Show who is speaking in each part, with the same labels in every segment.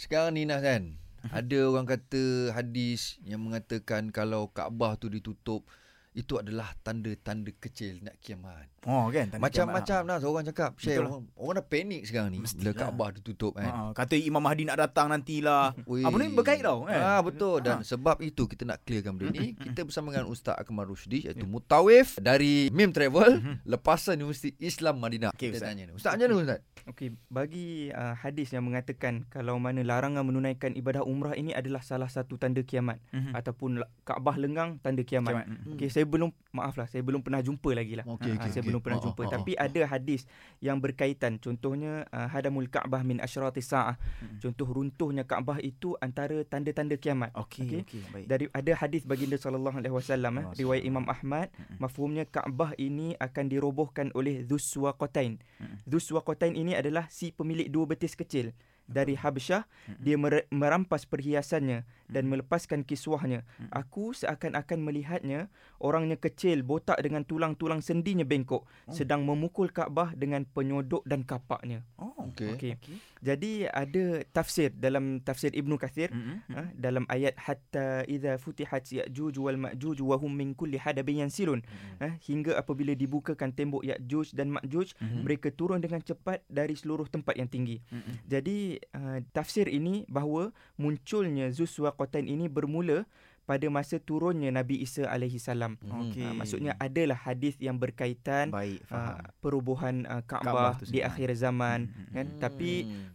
Speaker 1: sekarang ni Nas kan ada orang kata hadis yang mengatakan kalau Kaabah tu ditutup itu adalah tanda-tanda kecil nak kiamat.
Speaker 2: Oh kan tanda
Speaker 1: Macam-macam
Speaker 2: kiamat.
Speaker 1: Nas orang cakap. Syekh,
Speaker 2: Betul.
Speaker 1: orang, orang dah panik sekarang ni bila
Speaker 2: Mestilah.
Speaker 1: Kaabah ditutup kan.
Speaker 2: Ha, kata Imam Mahdi nak datang nantilah.
Speaker 1: Ui.
Speaker 2: Apa ni berkait tau
Speaker 1: Ah
Speaker 2: kan.
Speaker 1: betul dan sebab itu kita nak clearkan benda ni. Kita bersama dengan Ustaz Akmal Rushdi iaitu mutawif dari Mim Travel lepasan Universiti Islam Madinah.
Speaker 2: Okey,
Speaker 1: kita
Speaker 2: Ustaz.
Speaker 1: tanya ni. Ustaz macam mana Ustaz?
Speaker 3: Okey, bagi uh, hadis yang mengatakan kalau mana larangan menunaikan ibadah umrah ini adalah salah satu tanda kiamat
Speaker 2: Mhm.
Speaker 1: Hmm.
Speaker 3: ataupun la- Kaabah lengang tanda kiamat. kiamat.
Speaker 2: Kiamat. Mm.
Speaker 3: Okey, saya belum maaflah, saya belum pernah jumpa lagi lah.
Speaker 1: Okey,
Speaker 3: Ah,
Speaker 1: okey,
Speaker 3: saya
Speaker 1: okey.
Speaker 3: belum
Speaker 1: Ah,
Speaker 3: pernah jumpa
Speaker 1: ah, ah,
Speaker 3: tapi ada hadis yang berkaitan contohnya uh, hadamul Kaabah min asyrati saah.
Speaker 1: Hmm.
Speaker 3: Contoh runtuhnya Kaabah itu antara tanda-tanda kiamat.
Speaker 2: Okey
Speaker 3: Okey.
Speaker 2: okey baik.
Speaker 3: Dari ada hadis baginda sallallahu alaihi wasallam eh,
Speaker 2: Allah
Speaker 3: riwayat
Speaker 2: sallallahu
Speaker 3: Imam Ahmad mafhumnya Kaabah ini akan dirobohkan oleh Dzuswaqatain.
Speaker 2: Mm-mm.
Speaker 3: Dzuswaqatain ini adalah si pemilik dua betis kecil dari Habsyah
Speaker 2: Mm. Hmm,
Speaker 3: dia mer- merampas perhiasannya dan melepaskan kiswahnya. Aku seakan-akan melihatnya orangnya kecil botak dengan tulang-tulang sendinya bengkok sedang memukul Kaabah dengan penyodok dan kapaknya.
Speaker 2: Oh.
Speaker 1: Okey.
Speaker 3: Okey. Jadi ada tafsir dalam tafsir Ibnu Kathir
Speaker 2: Mm-mm.
Speaker 3: Ha, dalam ayat hatta idza futihat ya'juj wal ma'juj wa hum min kulli hadabin yansilun ha, hingga apabila dibukakan tembok ya'juj dan ma'juj
Speaker 2: Mhm.
Speaker 3: mereka turun dengan cepat dari seluruh tempat yang tinggi
Speaker 2: Mm-mm.
Speaker 3: jadi uh, tafsir ini bahawa munculnya Zuswaqatan ini bermula pada masa turunnya Nabi Isa alaihi salam
Speaker 1: Hmm.
Speaker 2: Okey.
Speaker 3: Ha, maksudnya adalah hadis yang berkaitan
Speaker 2: baik faham. Hmm,
Speaker 3: uh, perubahan uh,
Speaker 2: Kaabah
Speaker 3: Kaabah
Speaker 2: tu
Speaker 3: di
Speaker 2: sendiri.
Speaker 3: akhir zaman
Speaker 2: Mm-mm.
Speaker 3: kan
Speaker 1: Hmm.
Speaker 3: tapi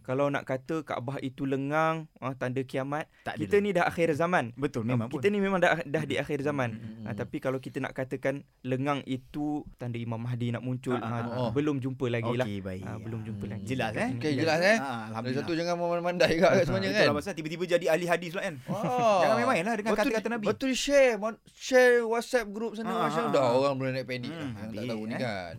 Speaker 3: kalau nak kata Kaabah itu lengang ah, tanda kiamat
Speaker 2: Tak ada
Speaker 3: kita
Speaker 2: lagi.
Speaker 3: ni dah akhir zaman.
Speaker 2: betul memang Hmm.
Speaker 3: kita ni memang dah dah di akhir zaman.
Speaker 1: Mm-mm.
Speaker 3: Ha, tapi kalau kita nak katakan lengang itu tanda Imam Mahdi nak muncul
Speaker 2: Ah,
Speaker 3: ha,
Speaker 2: ah,
Speaker 1: ah.
Speaker 3: belum jumpa lagi lah.
Speaker 2: Okey baik. Ah,
Speaker 3: Ha, belum jumpa lagi.
Speaker 2: Jelas eh?
Speaker 1: Okey, jelas eh?
Speaker 2: Ha,
Speaker 1: Ada satu jangan memandai juga kat semuanya kan.
Speaker 2: Itulah pasal tiba-tiba jadi ahli hadis pula kan.
Speaker 1: Oh.
Speaker 2: Jangan main-main lah dengan
Speaker 1: Betul-
Speaker 2: kata-kata Nabi.
Speaker 1: Betul share, mon- share WhatsApp group sana
Speaker 2: Ah,
Speaker 1: macam
Speaker 2: ah,
Speaker 1: dah
Speaker 2: ah.
Speaker 1: orang boleh naik panik lah.
Speaker 2: Hmm,
Speaker 1: Yang tak
Speaker 2: habis,
Speaker 1: tahu ni
Speaker 2: eh.
Speaker 1: kan.